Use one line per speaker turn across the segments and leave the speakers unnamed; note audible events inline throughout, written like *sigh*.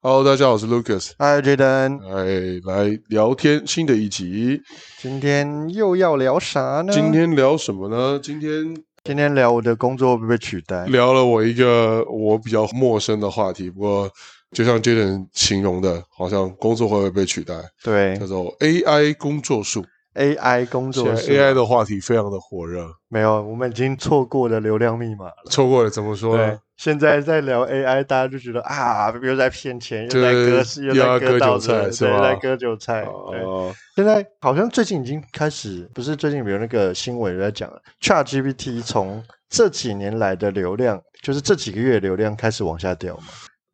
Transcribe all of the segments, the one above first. Hello，大家好，我是 Lucas，
嗨，Jaden，
哎，来聊天新的一集，
今天又要聊啥呢？
今天聊什么呢？今天
今天聊我的工作会不会被取代？
聊了我一个我比较陌生的话题，不过就像 Jaden 形容的，好像工作会不会被取代，
对
叫做 AI 工作术。
，AI 工
现
作
在
是啊
AI 的话题非常的火热，
没有，我们已经错过了流量密码了。
错过了怎么说呢？，
现在在聊 AI，大家就觉得啊，又在骗钱，又
对
在割，
又要
在
割
割稻
韭
子，
菜是
对，
吧
在割韭菜。对，
哦，
现在好像最近已经开始，不是最近有那个新闻在讲了，ChatGPT 从这几年来的流量，就是这几个月流量开始往下掉嘛。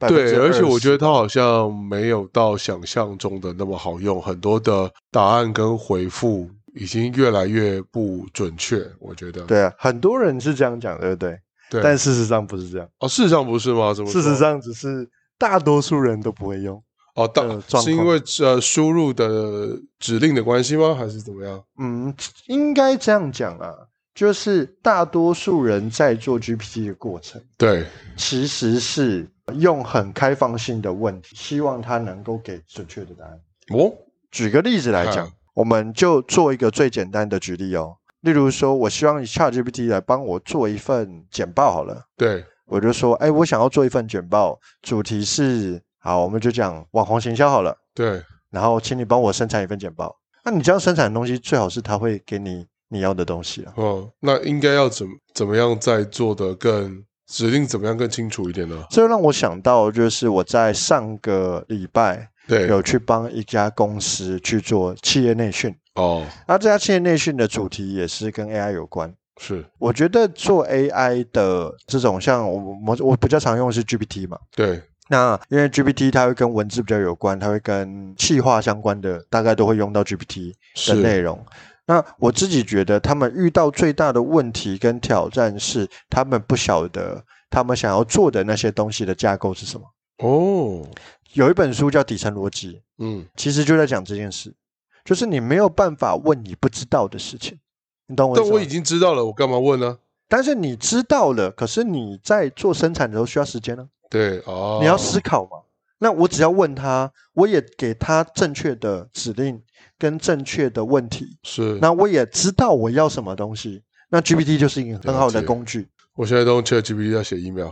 对，而且我觉
得
得它好像没有到想象中的那么好用，很多的答案跟回复已经越来越不准确，我觉得。
对啊，很多人是这样讲，对不对？
对，
但事实上不是这样，
哦，事实上不是吗？怎么说？
事实上只是大多数人都不会用。
哦，当、
的状
是因
况
为呃输入的指令的关系吗？还是怎么样？
嗯，应该这样讲啊，就是大多数人在做 GPT 的过程，
对，
其实是用很开放性的问题，希望它能够给准确的答案。
哦，
举个例子来讲
嗯，
我们就做一个最简单的举例哦，例如说，我希望你 ChatGPT 来帮我做一份简报好了。
对，
我就说，哎，我想要做一份简报，主题是好，我们就讲网红行销好了。
对，
然后请你帮我生产一份简报。那、你这样生产的东西，最好是他会给你你要的东西啊。
哦，那应该要怎么怎么样再做的更指令怎么样更清楚一点呢？
这就让我想到，就是我在上个礼拜
对，
有去帮一家公司去做企业内训，
哦，
那这家企业内训的主题也是跟 AI 有关。
是
我觉得做 AI 的这种，像我我我比较常用的是 GPT 嘛，
对，
那因为 GPT 它会跟文字比较有关，它会跟气化相关的，大概都会用到 GPT 的内
是，
容。那我自己觉得，他们遇到最大的问题跟挑战是，他们不晓得他们想要做的那些东西的架构是什么。
哦，
有一本书叫《底层逻辑》，
嗯，
其实就在讲这件事，就是你没有办法问你不知道的事情，你懂我意
但
思
我
吗
已？经知道了，我干嘛问呢？
但是你知道了，可是你在做生产的时候需要时间呢、
对，哦，
你要思考嘛。那我只要问他，我也给他正确的指令跟正确的问题，
是，
那我也知道我要什么东西。那 GPT 就是一个很好的工具，
我现在都用 ChatGPT 在写 email，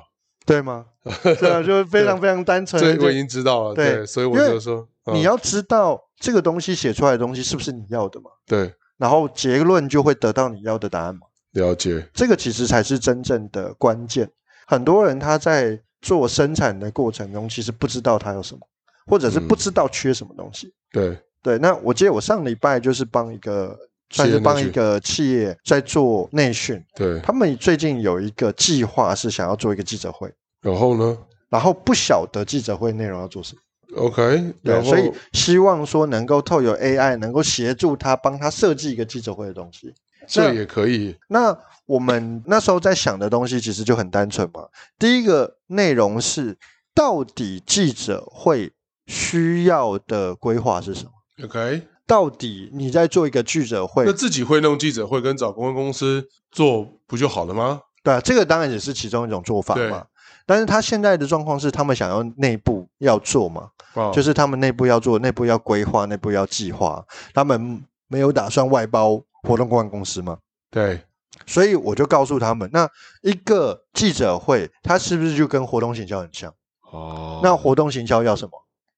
*laughs*
对吗？对啊，就是非常非常单纯。
这
就
我已经知道了，
对
对，所以我
因为
就说，嗯
你要知道这个东西写出来的东西是不是你要的嘛，
对
然后结论就会得到你要的答案嘛。
了解，
这个其实才是真正的关键。很多人他在做生产的过程中，其实不知道他有什么，或者是
嗯
不知道缺什么东西。
对，
对，那我记得我上礼拜就是帮一个，算
企业
是
内
帮一
训
个企业在做内训，
对，
他们最近有一个计划是想要做一个记者会，
然后呢
然后不晓得记者会内容要做什么，
？OK，
对，
然后
所以希望说能够透过 AI 能够协助他帮他设计一个记者会的东西。
这
那
也可以，
那我们那时候在想的东西其实就很单纯嘛，第一个内容是到底记者会需要的规划是什么？
OK，
到底你在做一个记者会
那，自己会弄记者会跟找公关公司做不就好了吗？
对啊，这个当然也是其中一种做法
对
嘛。但是他现在的状况是，他们想要内部要做嘛，
啊，
就是是他们内部要做，内部要规划，内部要计划，他们没有打算外包活动公关公司嘛。
对，
所以我就告诉他们，那一个记者会，它是不是就跟活动行销很像？
哦，
那活动行销要什么？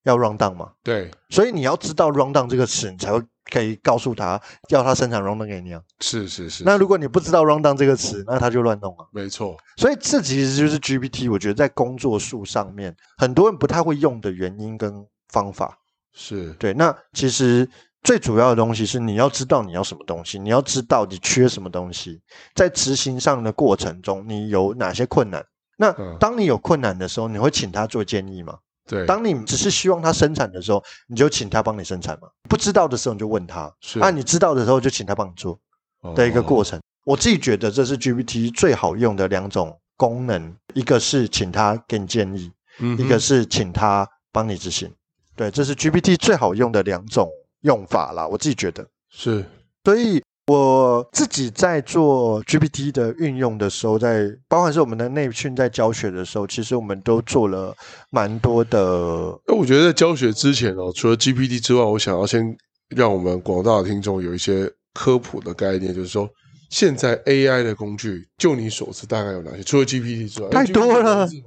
要 round down 嘛。
对
所以你要知道 round down 这个词，你才会可以告诉他要他生产 round down 给你啊。
是是是，
那如果你不知道 round down 这个词，那他就乱弄啊。
没错，
所以这其实就是 GPT，我觉得在工作术上面，很多人不太会用的原因跟方法。
是
对，那其实最主要的东西是你要知道你要什么东西，你要知道你缺什么东西，在执行上的过程中你有哪些困难。那
嗯
当你有困难的时候，你会请他做建议吗？
对，
当你只是希望他生产的时候，你就请他帮你生产嘛。不知道的时候你就问他，
是哦
啊，你知道的时候就请他帮你做。的一个过程。我自己觉得这是 GPT 最好用的两种功能，一个是请它给你建议，
程
一个是请它帮你执行。对，这是 GPT 最好用的两种用法啦，我自己觉得。
是
所以我自己在做 GPT 的运用的时候在，包含是我们的内训在教学的时候，其实我们都做了蛮多的。
那我觉得在教学之前哦，除了 GPT 之外，我想要先让我们广大的听众有一些科普的概念，就是说现在 AI 的工具，就你所知大概有哪些？除了 GPT 之外，
太多了
GPT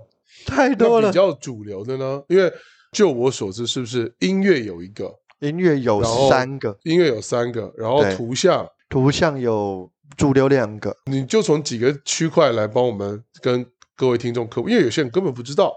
太
那
多了
比，较主流的呢，因为就我所知，是不是音乐有一个，
音乐有
然后
三个，
音乐有三个，然后
对
图像，
图像有主流两个，
你就从几个区块来帮我们跟各位听众科普，因为有些人根本不知道。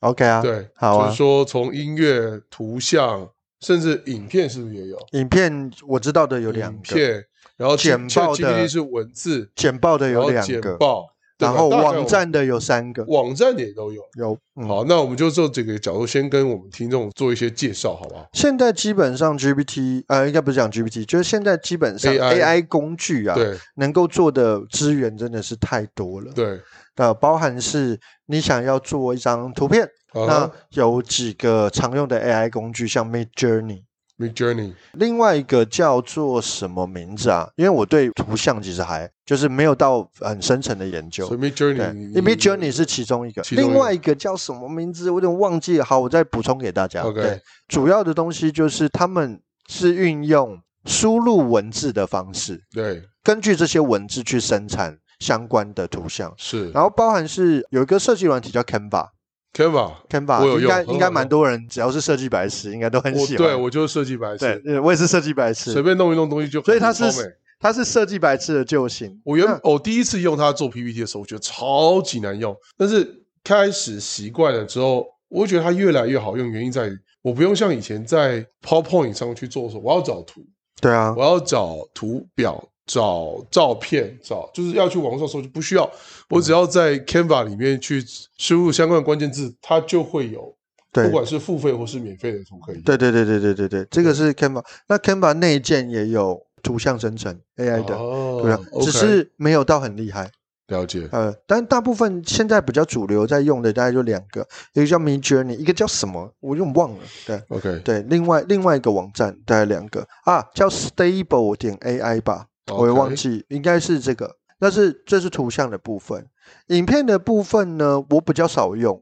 OK 啊，
对，
好啊
就是说从音乐、图像，甚至影片是不是也有？
影片我知道的有两
影
个，
片，然后
简报的
g p 是文字，
简报的
然
有
后
两
简
个，
报，对吧
然后
大概
网
我
站的有三个，
网站也都有。
有。嗯、
好，那我们就就这个角度先跟我们听众做一些介绍，好不好？
现在基本上 GPT 呃，应该不是讲 GPT，就是现在基本上
AI
AI 工具啊，
对
能够做的资源真的是太多了。
对，
呃，包含是你想要做一张图片，
啊
那有几个常用的 AI 工具，像 Mid Journey，
，Mid Journey，
另外一个叫做什么名字啊？因为我对图像其实还就是没有到很深层的研究
所以。Mid
对
Journey，你
，Mid Journey 是其中一个，
其中一个
另外一个叫什么名字？我有点忘记了。好，我再补充给大家。
OK
对，主要的东西就是他们是运用输入文字的方式，
对
根据这些文字去生产相关的图像。
是
然后包含是有一个设计软体叫 Canva，Canva
Canva，我有
应该
用
应该
很好
蛮
用
多人只要是设计白痴，应该都很
我
喜欢。
对我就是设计白痴，
对呃我也是设计白痴，
随便弄一弄东西就
所以
很
它是嗯
超美
它是设计白痴的救星。
我原
那
我第一次用它做 PPT 的时候，我觉得超级难用，但是开始习惯了之后，我觉得它越来越好用。原因在于我不用像以前在 PowerPoint 上去做的时候，我要找图，
对啊，
我要找图表、找照片、找就是要去网络上搜，就不需要，我只要在 Canva 里面去输入相关的关键字，它就会有，
对
不管是付费或是免费的图可以用。
对对对对对对对，这个是 Canva。那 Canva 内建也有图像生成 AI 的，
哦
对啊，
OK，
只是没有到很厉害。
了解。
呃，但大部分现在比较主流在用的大概就两个，一个叫 Mid Journey，一个叫什么，我有点忘了。对
OK，
对，另外另外一个网站大概两个啊，叫 Stable 点 AI 吧，我也忘记，应该是这个。但是这是图像的部分，影片的部分呢，我比较少用，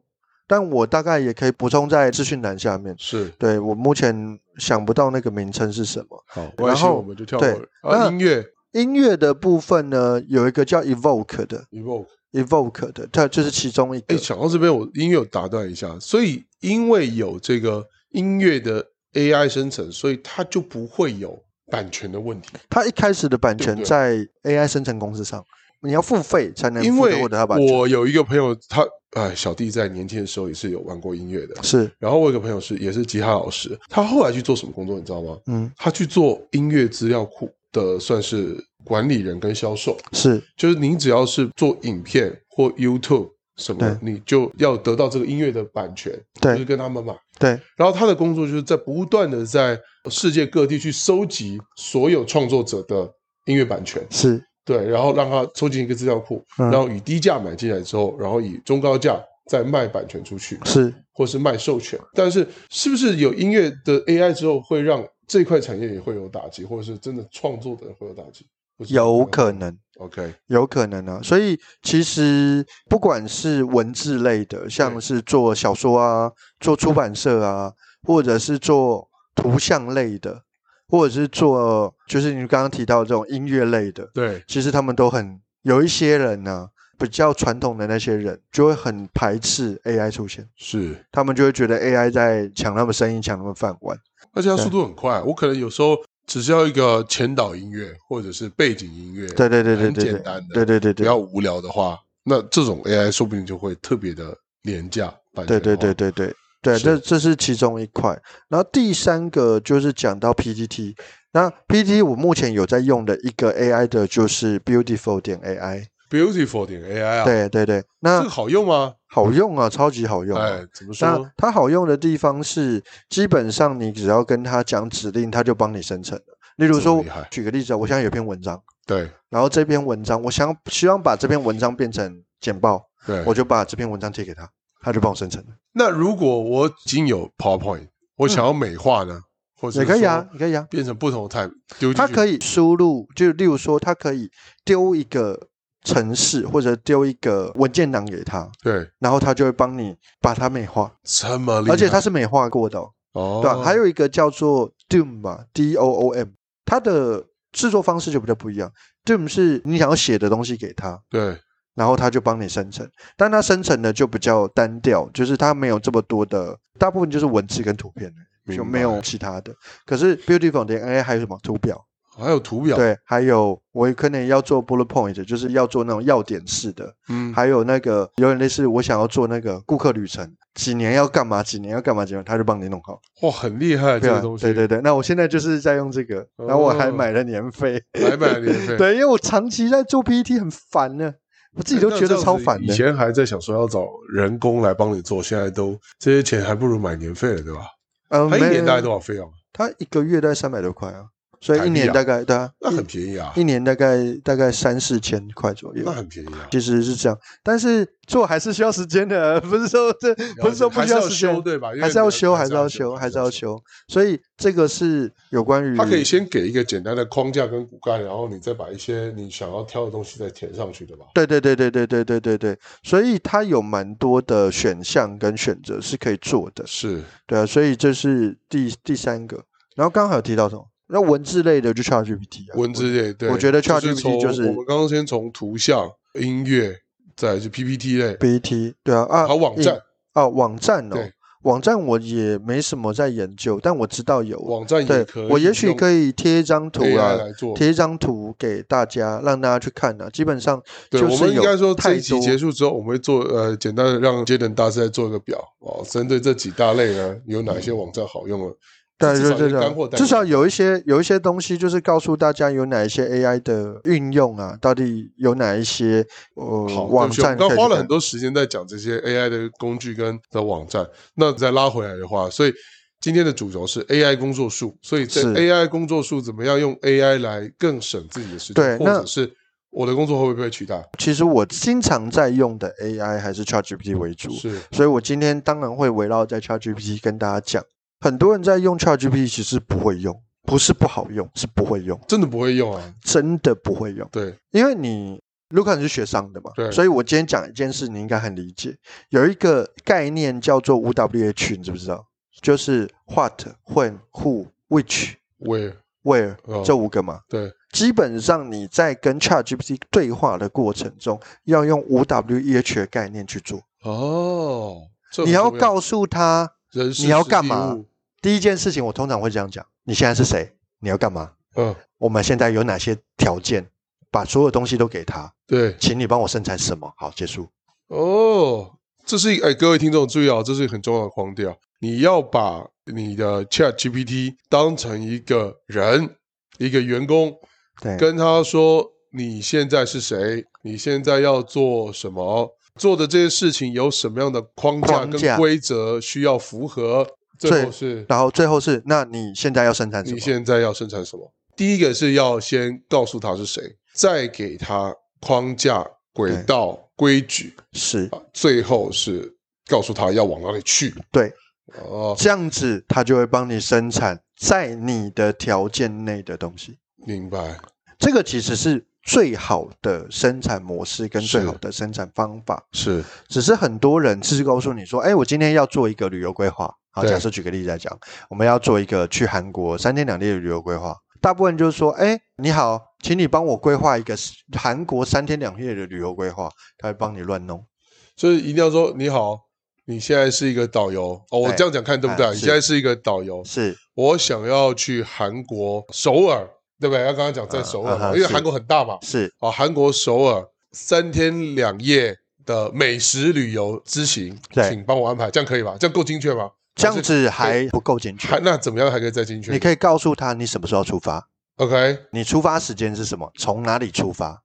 但我大概也可以补充在资讯栏下面。
是
对我目前想不到那个名称是什么。
好，没关系，
然后
我们就跳过了
对。
啊，
那
音乐
音乐的部分呢，有一个叫 Evoke 的
evoke。
，Evoke 的，它就是其中一
哎，
个。
想到这边，我音乐有打断一下，所以因为有这个音乐的 AI 生成，所以它就不会有版权的问题。
它一开始的版
对
权
不对
在 AI 生成公司上，你要哎付费才能
因
获
为
得获得它版权。
我有一个朋友，他哎，小弟在年轻的时候也是有玩过音乐的。
是，
然后我有个朋友是也是吉他老师，他后来去做什么工作，你知道吗？
嗯，
他去做音乐资料库的，算是管理人跟销售。
是
就是你只要是做影片或 YouTube 什么的，你就要得到这个音乐的版权，就是
对
跟他们买。
对
然后他的工作就是在不断的在世界各地去收集所有创作者的音乐版权，
是，
对，然后让他收集一个资料库，
嗯
然后以低价买进来之后，然后以中高价再卖版权出去，
是
或是卖授权。但是是不是有音乐的 AI 之后会让这块产业也会有打击，或者是真的创作的人会有打击？不知道
有可能。
OK，
有可能啊，所以其实不管是文字类的，像
对
是做小说啊、做出版社啊，或者是做图像类的，或者是做就是你刚刚提到这种音乐类的，
对，
其实他们都很有一些人呢、比较传统的那些人就会很排斥 AI 出现，
是。
他们就会觉得 AI 在抢他们生意、抢他们饭碗。
而且它
对
速度很快，我可能有时候只需要一个前导音乐或者是背景音乐，
对对对对
很
对
简
对
单的
对对对
比
对
较无聊的话，那这种 AI 说不定就会特别的廉价版权
对
化。
对对对对对，
哦是
这这是其中一块。然后第三个就是讲到 PPT，那 PPT 我目前有在用的一个 AI 的就是 Beautiful 点 AI，、
，Beautiful 点 AI 啊，
对对对，
这
那
个好用吗？
好用啊，超级好用、啊。
哎，怎么说
那？它好用的地方是，基本上你只要跟它讲指令，它就帮你生成了。例如
这么
说
厉害，
举个例子啊，我现在有篇文章，
对
然后这篇文章我想希望把这篇文章变成简报，
对，
我就把这篇文章贴给他，他就帮我生成了。
那如果我已经有 PowerPoint，我想要美化呢，或者
也
是
可以啊
说，
也可以啊。
变成不同的 type 丢进
它
去
可以输入，就例如说，它可以丢一个城市或者丢一个文件档给他，
对，
然后他就会帮你把它美化，
这么厉害，
而且它是美化过的、哦，
哦，
对吧、还有一个叫做 Doom 吧，D O O M，它的制作方式就比较不一样。Doom 是你想要写的东西给他，
对
然后它就帮你生成，但它生成的就比较单调，就是它没有这么多的，大部分就是文字跟图片，
明白
就没有其他的。可是 Beautiful 点 AI 还有什么图表？
还有图表，
对，还有我可能要做 bullet point，就是要做那种要点式的，
嗯，
还有那个有点类似我想要做那个顾客旅程，几年要干嘛，几年要干嘛，几年他就帮你弄好。
哇，很厉害这
对
个
啊
东，西，
对对对。那我现在就是在用这个，然后我还
哦
买了年费，
白白年费，
*laughs* 对，因为我长期在做 PPT 很烦呢，我自己都
那
觉
这
得
样
超
子
烦
以
的。
前还在想说要找人工来帮你做，现在都这些钱还不如买年费了，对吧？
嗯，
它一年大概
没
多少费用？啊
他一个月大概三百多块啊，所
台
以一
币
年
啊
大概
*laughs*
对啊，
那很便宜啊
一，一年大概大概三四千块左右
那。很便宜啊。
其实是这样，但是做还是需要时间的，不是说这不是说不
还
需
是
要
要
时间
修，对吧？因为
还是要修，
你
还是要修，还是要。修。所以这个是有关于
它可以先给一个简单的框架跟骨干，然后你再把一些你想要挑的东西再填上去，对吧？
对对对对对对对对对，所以它有蛮多的选项跟选择是可以做的，
是，
对啊，所以这是第第三个。然后刚好有提到什么？那文字类的就 ChatGPT 啊，
文字类，对，
我觉得
就是
ChatGPT
从
就是
我们刚刚先从图像、音乐，再来就 PPT 类，
BT 对啊啊，
还有网站
影，啊网站哦
对，
网站我也没什么在研究，但我知道有，
网站也
对
可以，
我也许可以贴一张图啊
AI，来做。
贴一张图给大家，让大家去看啊。基本上
对，
就
我们
是
应该说这
有太
一集
多
结束之后，我们会做呃简单的让节能大师来做一个表哦，针对这几大类呢，有哪些网站好用啊？
对
至
对
少
对
有干货带
对，至
给
少
你
有一些有一些东西，就是告诉大家有哪一些 AI 的运用啊，到底有哪一些呃
好，
网
对不起
站
我
可以
们刚
去
花了
看
很多时间在讲这些 AI 的工具跟的网站。那再拉回来的话，所以今天的主轴是 AI 工作数，所以在
是
AI 工作数怎么样用 AI 来更省自己的时间，
对
或
那
者是我的工作会不会被取代？
其实我经常在用的 AI 还是 ChatGPT 为主，
是
所以我今天当然会围绕在 ChatGPT 跟大家讲。很多人在用 ChatGPT 其实不会用，不是不好用，是不会用，
真的不会用啊？
真的不会用。
对，
因为你 Luca 你是学商的嘛，
对
所以我今天讲一件事，你应该很理解。有一个概念叫做 5WH，你知不知道？就是 What、When、Who、Which、
我也
Where、
哦
这五个嘛。
对
基本上你在跟 ChatGPT 对话的过程中，要用 5WH 的概念去做。
哦，这很
你要
重
告诉他
人事
你要
实
干
地
嘛
物？
第一件事情，我通常会这样讲：你现在是谁？你要干嘛？
嗯，
我们现在有哪些条件？把所有东西都给他，
对
请你帮我生产什么？好，结束。
哦，这是一哎，各位听众注意啊，这是一个很重要的框调，你要把你的 Chat GPT 当成一个人，一个员工，
对，
跟他说你现在是谁，你现在要做什么，做的这些事情有什么样的框架
框
跟
架
规则需要符合，最后
最
是
然后最后是，那你现在要生产什
你
么？
现在要生产什么？第一个是要先告诉他是谁，再给他框架、轨
对
道、规矩，
是
啊最后是告诉他要往哪里去。
对，
哦，
这样子他就会帮你生产在你的条件内的东西。
明白，
这个其实是最好的生产模式跟最
是
好的生产方法。
是
只是很多人只是告诉你说，哎，我今天要做一个旅游规划。好，
对
假设举个例子来讲，我们要做一个去韩国三天两夜的旅游规划。大部分就是说，哎，你好，请你帮我规划一个韩国三天两夜的旅游规划，他会帮你乱弄。
所以一定要说你好，你现在是一个导游哦，我
哎
这样讲看对不对？
哎
你
是
现在是一个导游，
是，
我想要去韩国首尔，对不对？要刚刚讲在
嗯
首尔
嗯
嘛，
哼
因为
是
韩国很大嘛，
是
啊，韩国首尔三天两夜。的美食旅游之行，
对
请帮我安排，这样可以吧？这样够精确吗？
这样
还是
子还不够精确
还。那怎么样还可以再精确？
你可以告诉他你什么时候出发，
OK，
你出发时间是什么，从哪里出发，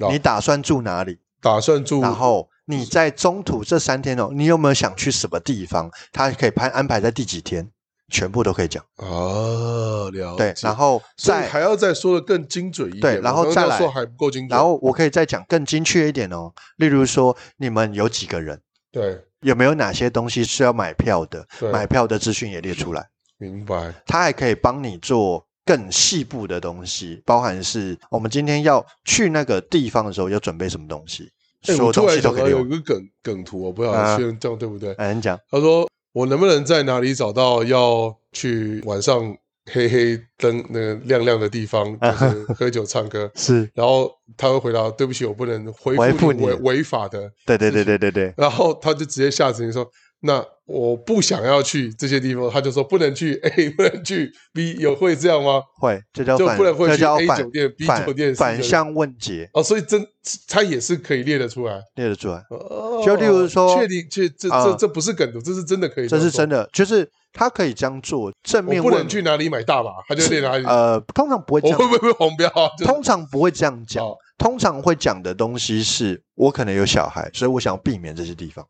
好
你打算住哪里，
打算哦住
然后你在中途这三天哦，你有没有想去什么地方？他可以排安排在第几天，全部都可以讲。
啊，了解。
对，然后
所以
再
还要再说的更精准一点。
对然后
我刚刚
再来
说还不够精准，
然后我可以再讲更精确一点哦，例如说你们有几个人，
对
有没有哪些东西是要买票的
对，
买票的资讯也列出来。
明白，
它还可以帮你做更细部的东西，包含是我们今天要去那个地方的时候要准备什么东西，
哎
所有
我突
东
然
西都
想
可
到
以
有
用
一。个梗梗图，我不晓
啊
得确认这样对不对。
哎，你讲，？
他说我能不能在哪里找到要去晚上黑黑灯那个亮亮的地方，就是喝酒唱歌
*laughs* 是
然后他会回答：“对不起，我不能回
回
复
复
你违
你
违法的。
对对对对对对”，
然后他就直接下指令说：“那我不想要去这些地方。”他就说：“不能去 A，不能去 B，有会这样吗
会，这叫
就
反，
不能会
这
去
叫
A
反
酒店，B 酒店是
反反
这个
向问解？”，
哦，所以真他也是可以列得出来。
列得出来。
哦，
就例如说
确定这这
啊
这这不是梗图，这是真的可以样
这
做，
是真的，就是他可以这样做。正
我
面
不
问
能去哪里买大麻，他就列哪里。
呃，通常不会这
我
样
会，不会被红标啊？就是
通常不会这样讲。
哦
通常会讲的东西是我可能有小孩，所以我想要避免这些地方。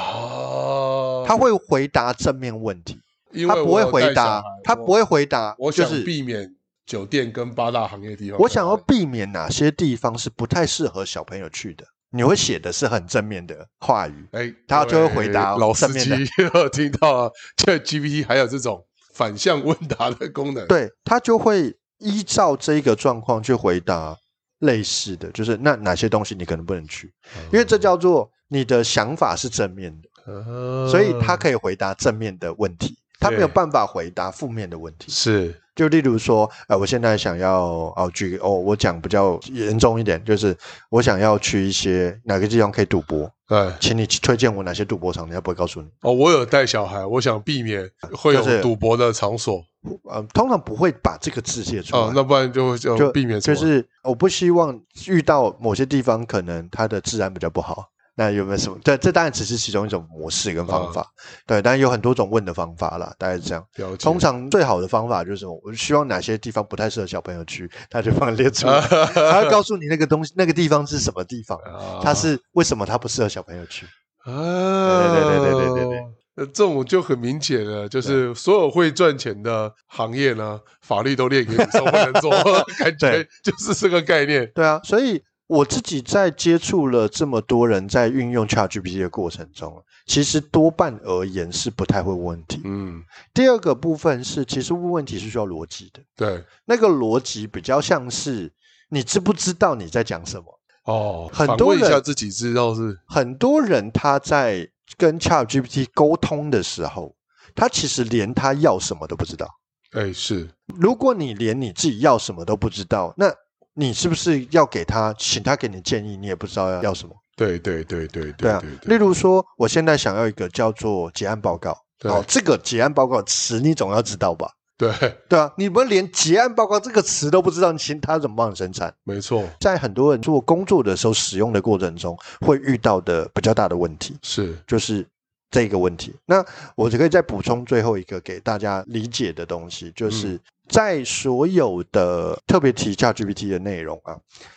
啊，
他会回答正面问题，
因为
他不
我
会
有带
回答
小孩，
他不。会回答，
我我
就
想
是
避免酒店跟八大行业地方。
我想要避免哪些地方是不太适合小朋友去的。你会写的是很正面的话语，
哎，
他就会
各位
回答
老司
正面
机
的
*laughs* 有听到啊，这 GPT 还有这种反向问答的功能。，
对他就会依照这个状况去回答类似的，就是那哪些东西你可能不能去，因为
嗯
这叫做你的想法是正面的，
啊，
所以他可以回答正面的问题，他没有
对
办法回答负面的问题。
是
就例如说，呃，我现在想要哦，举哦，我讲比较严重一点，就是我想要去一些哪个地方可以赌博，
哎
请你推荐我哪些赌博场，人家不会告诉你。
哦，我有带小孩，我想避免会
就是
有赌博的场所
呃，通常不会把这个字写出来。
啊，那不然就会
就
就避免什
就
么
是我不希望遇到某些地方可能它的治安比较不好。那有没有什么？对，这当然只是其中一种模式跟方法，对，当然有很多种问的方法啦，大概是这样。
嗯了解 *laughs*
通常最好的方法就是，我希望哪些地方不太适合小朋友去，他就帮你列 *laughs* 出来，他会告诉你那个东西、那个地方是什么地方，
啊
它是为什么它不适合小朋友去。
啊，
对对对对对对
呃，这种就很明显了，就是所有会赚钱的行业呢，法律都列给你，说不能
*laughs*
做，感觉
对
就是这个概念。
对啊，所以我自己在接触了这么多人在运用 ChatGPT 的过程中，其实多半而言是不太会问问题。
嗯，
第二个部分是，其实问问题是需要逻辑的，
对，
那个逻辑比较像是你知不知道你在讲什么。
哦，
很
反
多
问一下
人
自己知道是
很多人他在跟 ChatGPT 沟通的时候，他其实连他要什么都不知道。
哎是
如果你连你自己要什么都不知道，那你是不是要给他，请他给你建议，你也不知道要要什么？
对对对对
对
对
啊
对，
例
对，
如说，我现在想要一个叫做结案报告，
对
哦，这个结案报告词你总要知道吧？
对， *laughs*
对啊，你们连结案报告这个词都不知道，你请他怎么帮你生产？
没错，
在很多人做工作的时候使用的过程中，会遇到的比较大的问题
是
就是这个问题。那我只可以再补充最后一个给大家理解的东西，就是在所有的特别提 ChatGPT 的内容啊，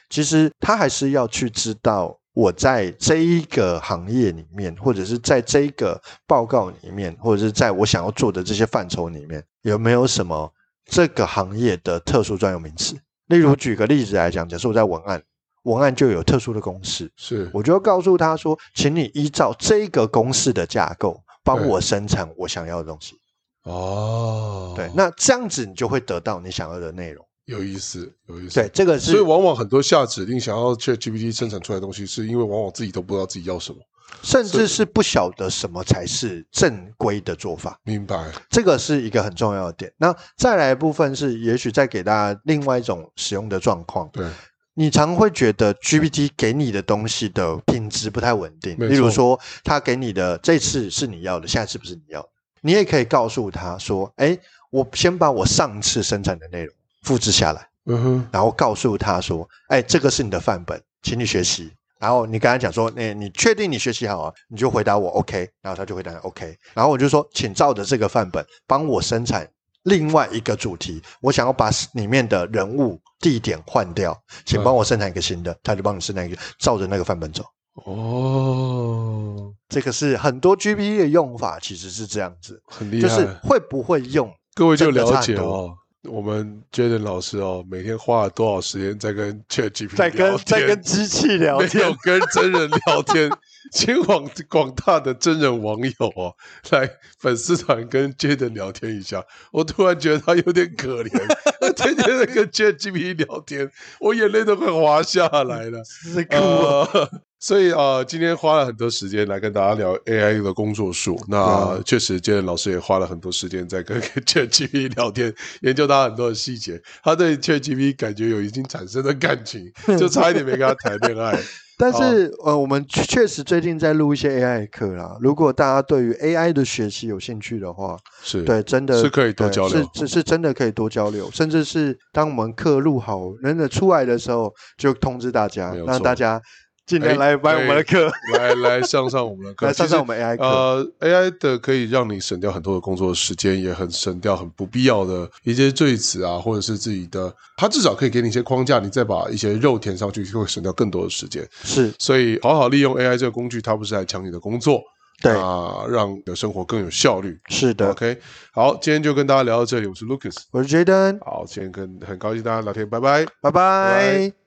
其实它还是要去知道。我在这一个行业里面，或者是在这一个报告里面，或者是在我想要做的这些范畴里面，有没有什么这个行业的特殊专有名词？例如，举个例子来讲，假设我在文案，文案就有特殊的公式，
是，
我就告诉他说，请你依照这个公式的架构，帮
对
我生产我想要的东西。
哦，
对，那这样子你就会得到你想要的内容。
有意思，有意思。
对，，这个
所以
是
往往很多下指令想要 ChatGPT 生产出来的东西，是因为往往自己都不知道自己要什么。
甚至是不晓得什么才是正规的做法，
明白，
这个是一个很重要的点。那再来的部分是，也许再给大家另外一种使用的状况，
对，
你常会觉得 GPT 给你的东西的品质不太稳定，
没错
例如说，他给你的这次是你要的，下次不是你要的。你也可以告诉他说：“哎，我先把我上次生产的内容复制下来，
嗯哼，
然后告诉他说：‘哎，这个是你的范本，请你学习。’然后你跟他讲说：‘哎，你确定你学习好啊？’你就回答我 OK，然后他就回答你 OK。然后我就说：‘请照着这个范本帮我生产另外一个主题，我想要把里面的人物、地点换掉，请帮我生产一个新的，他就帮你生产一个，照着那个范本走。
哦，
这个是很多 GPT 的用法，其实是这样子，
很厉
就
害。
是会不会用，
各位就
真的
了
差
解
很多
哦，我们 Jaden 老师哦，每天花了多少时间在跟 ChatGPT
在跟
聊天
在跟机器聊
没有
天，
跟真人聊天， *laughs* 请广广大的真人网友啊，来粉丝团跟 Jaden 聊天一下。我突然觉得他有点可怜， *laughs* 他天天在跟 ChatGPT 聊天，我眼泪都快滑下来了。
是 *laughs* 哭啊
呃， *laughs* 所以啊、呃今天花了很多时间来跟大家聊 AI 的工作数。那
对啊
确实，杰伦老师也花了很多时间在跟 ChatGPT 聊天，研究他很多的细节。他对 ChatGPT 感觉有已经产生了感
*laughs*
情，就差一点没跟他谈恋爱。
但是、
哦
呃，我们确确实最近在录一些 AI 的课啦。如果大家对于 AI 的学习有兴趣的话，
是，
对，真的
是可以多
对
交流
是只是真的可以多交流，甚至是当我们课录好真的出来的时候，就通知大家
没有，
让
错
大家尽量
哎
来买我们的课，
来来上上我们的课，
来上
其实
上我们 AI 课。
呃，AI 的可以让你省掉很多的工作时间，也很省掉很不必要呃的一些赘词啊，或者是自己的，它至少可以给你一些框架，你再把一些肉填上去，就会省掉更多的时间。
是
所以，好好利用 AI 这个工具，它不是来抢你的工作，
对，
啊，让你的生活更有效率。
是的，
OK，好，今天就跟大家聊到这里，我是 Lucas。
我是 Jaden，
好，今天跟很高兴大家聊天，拜拜。拜
拜拜。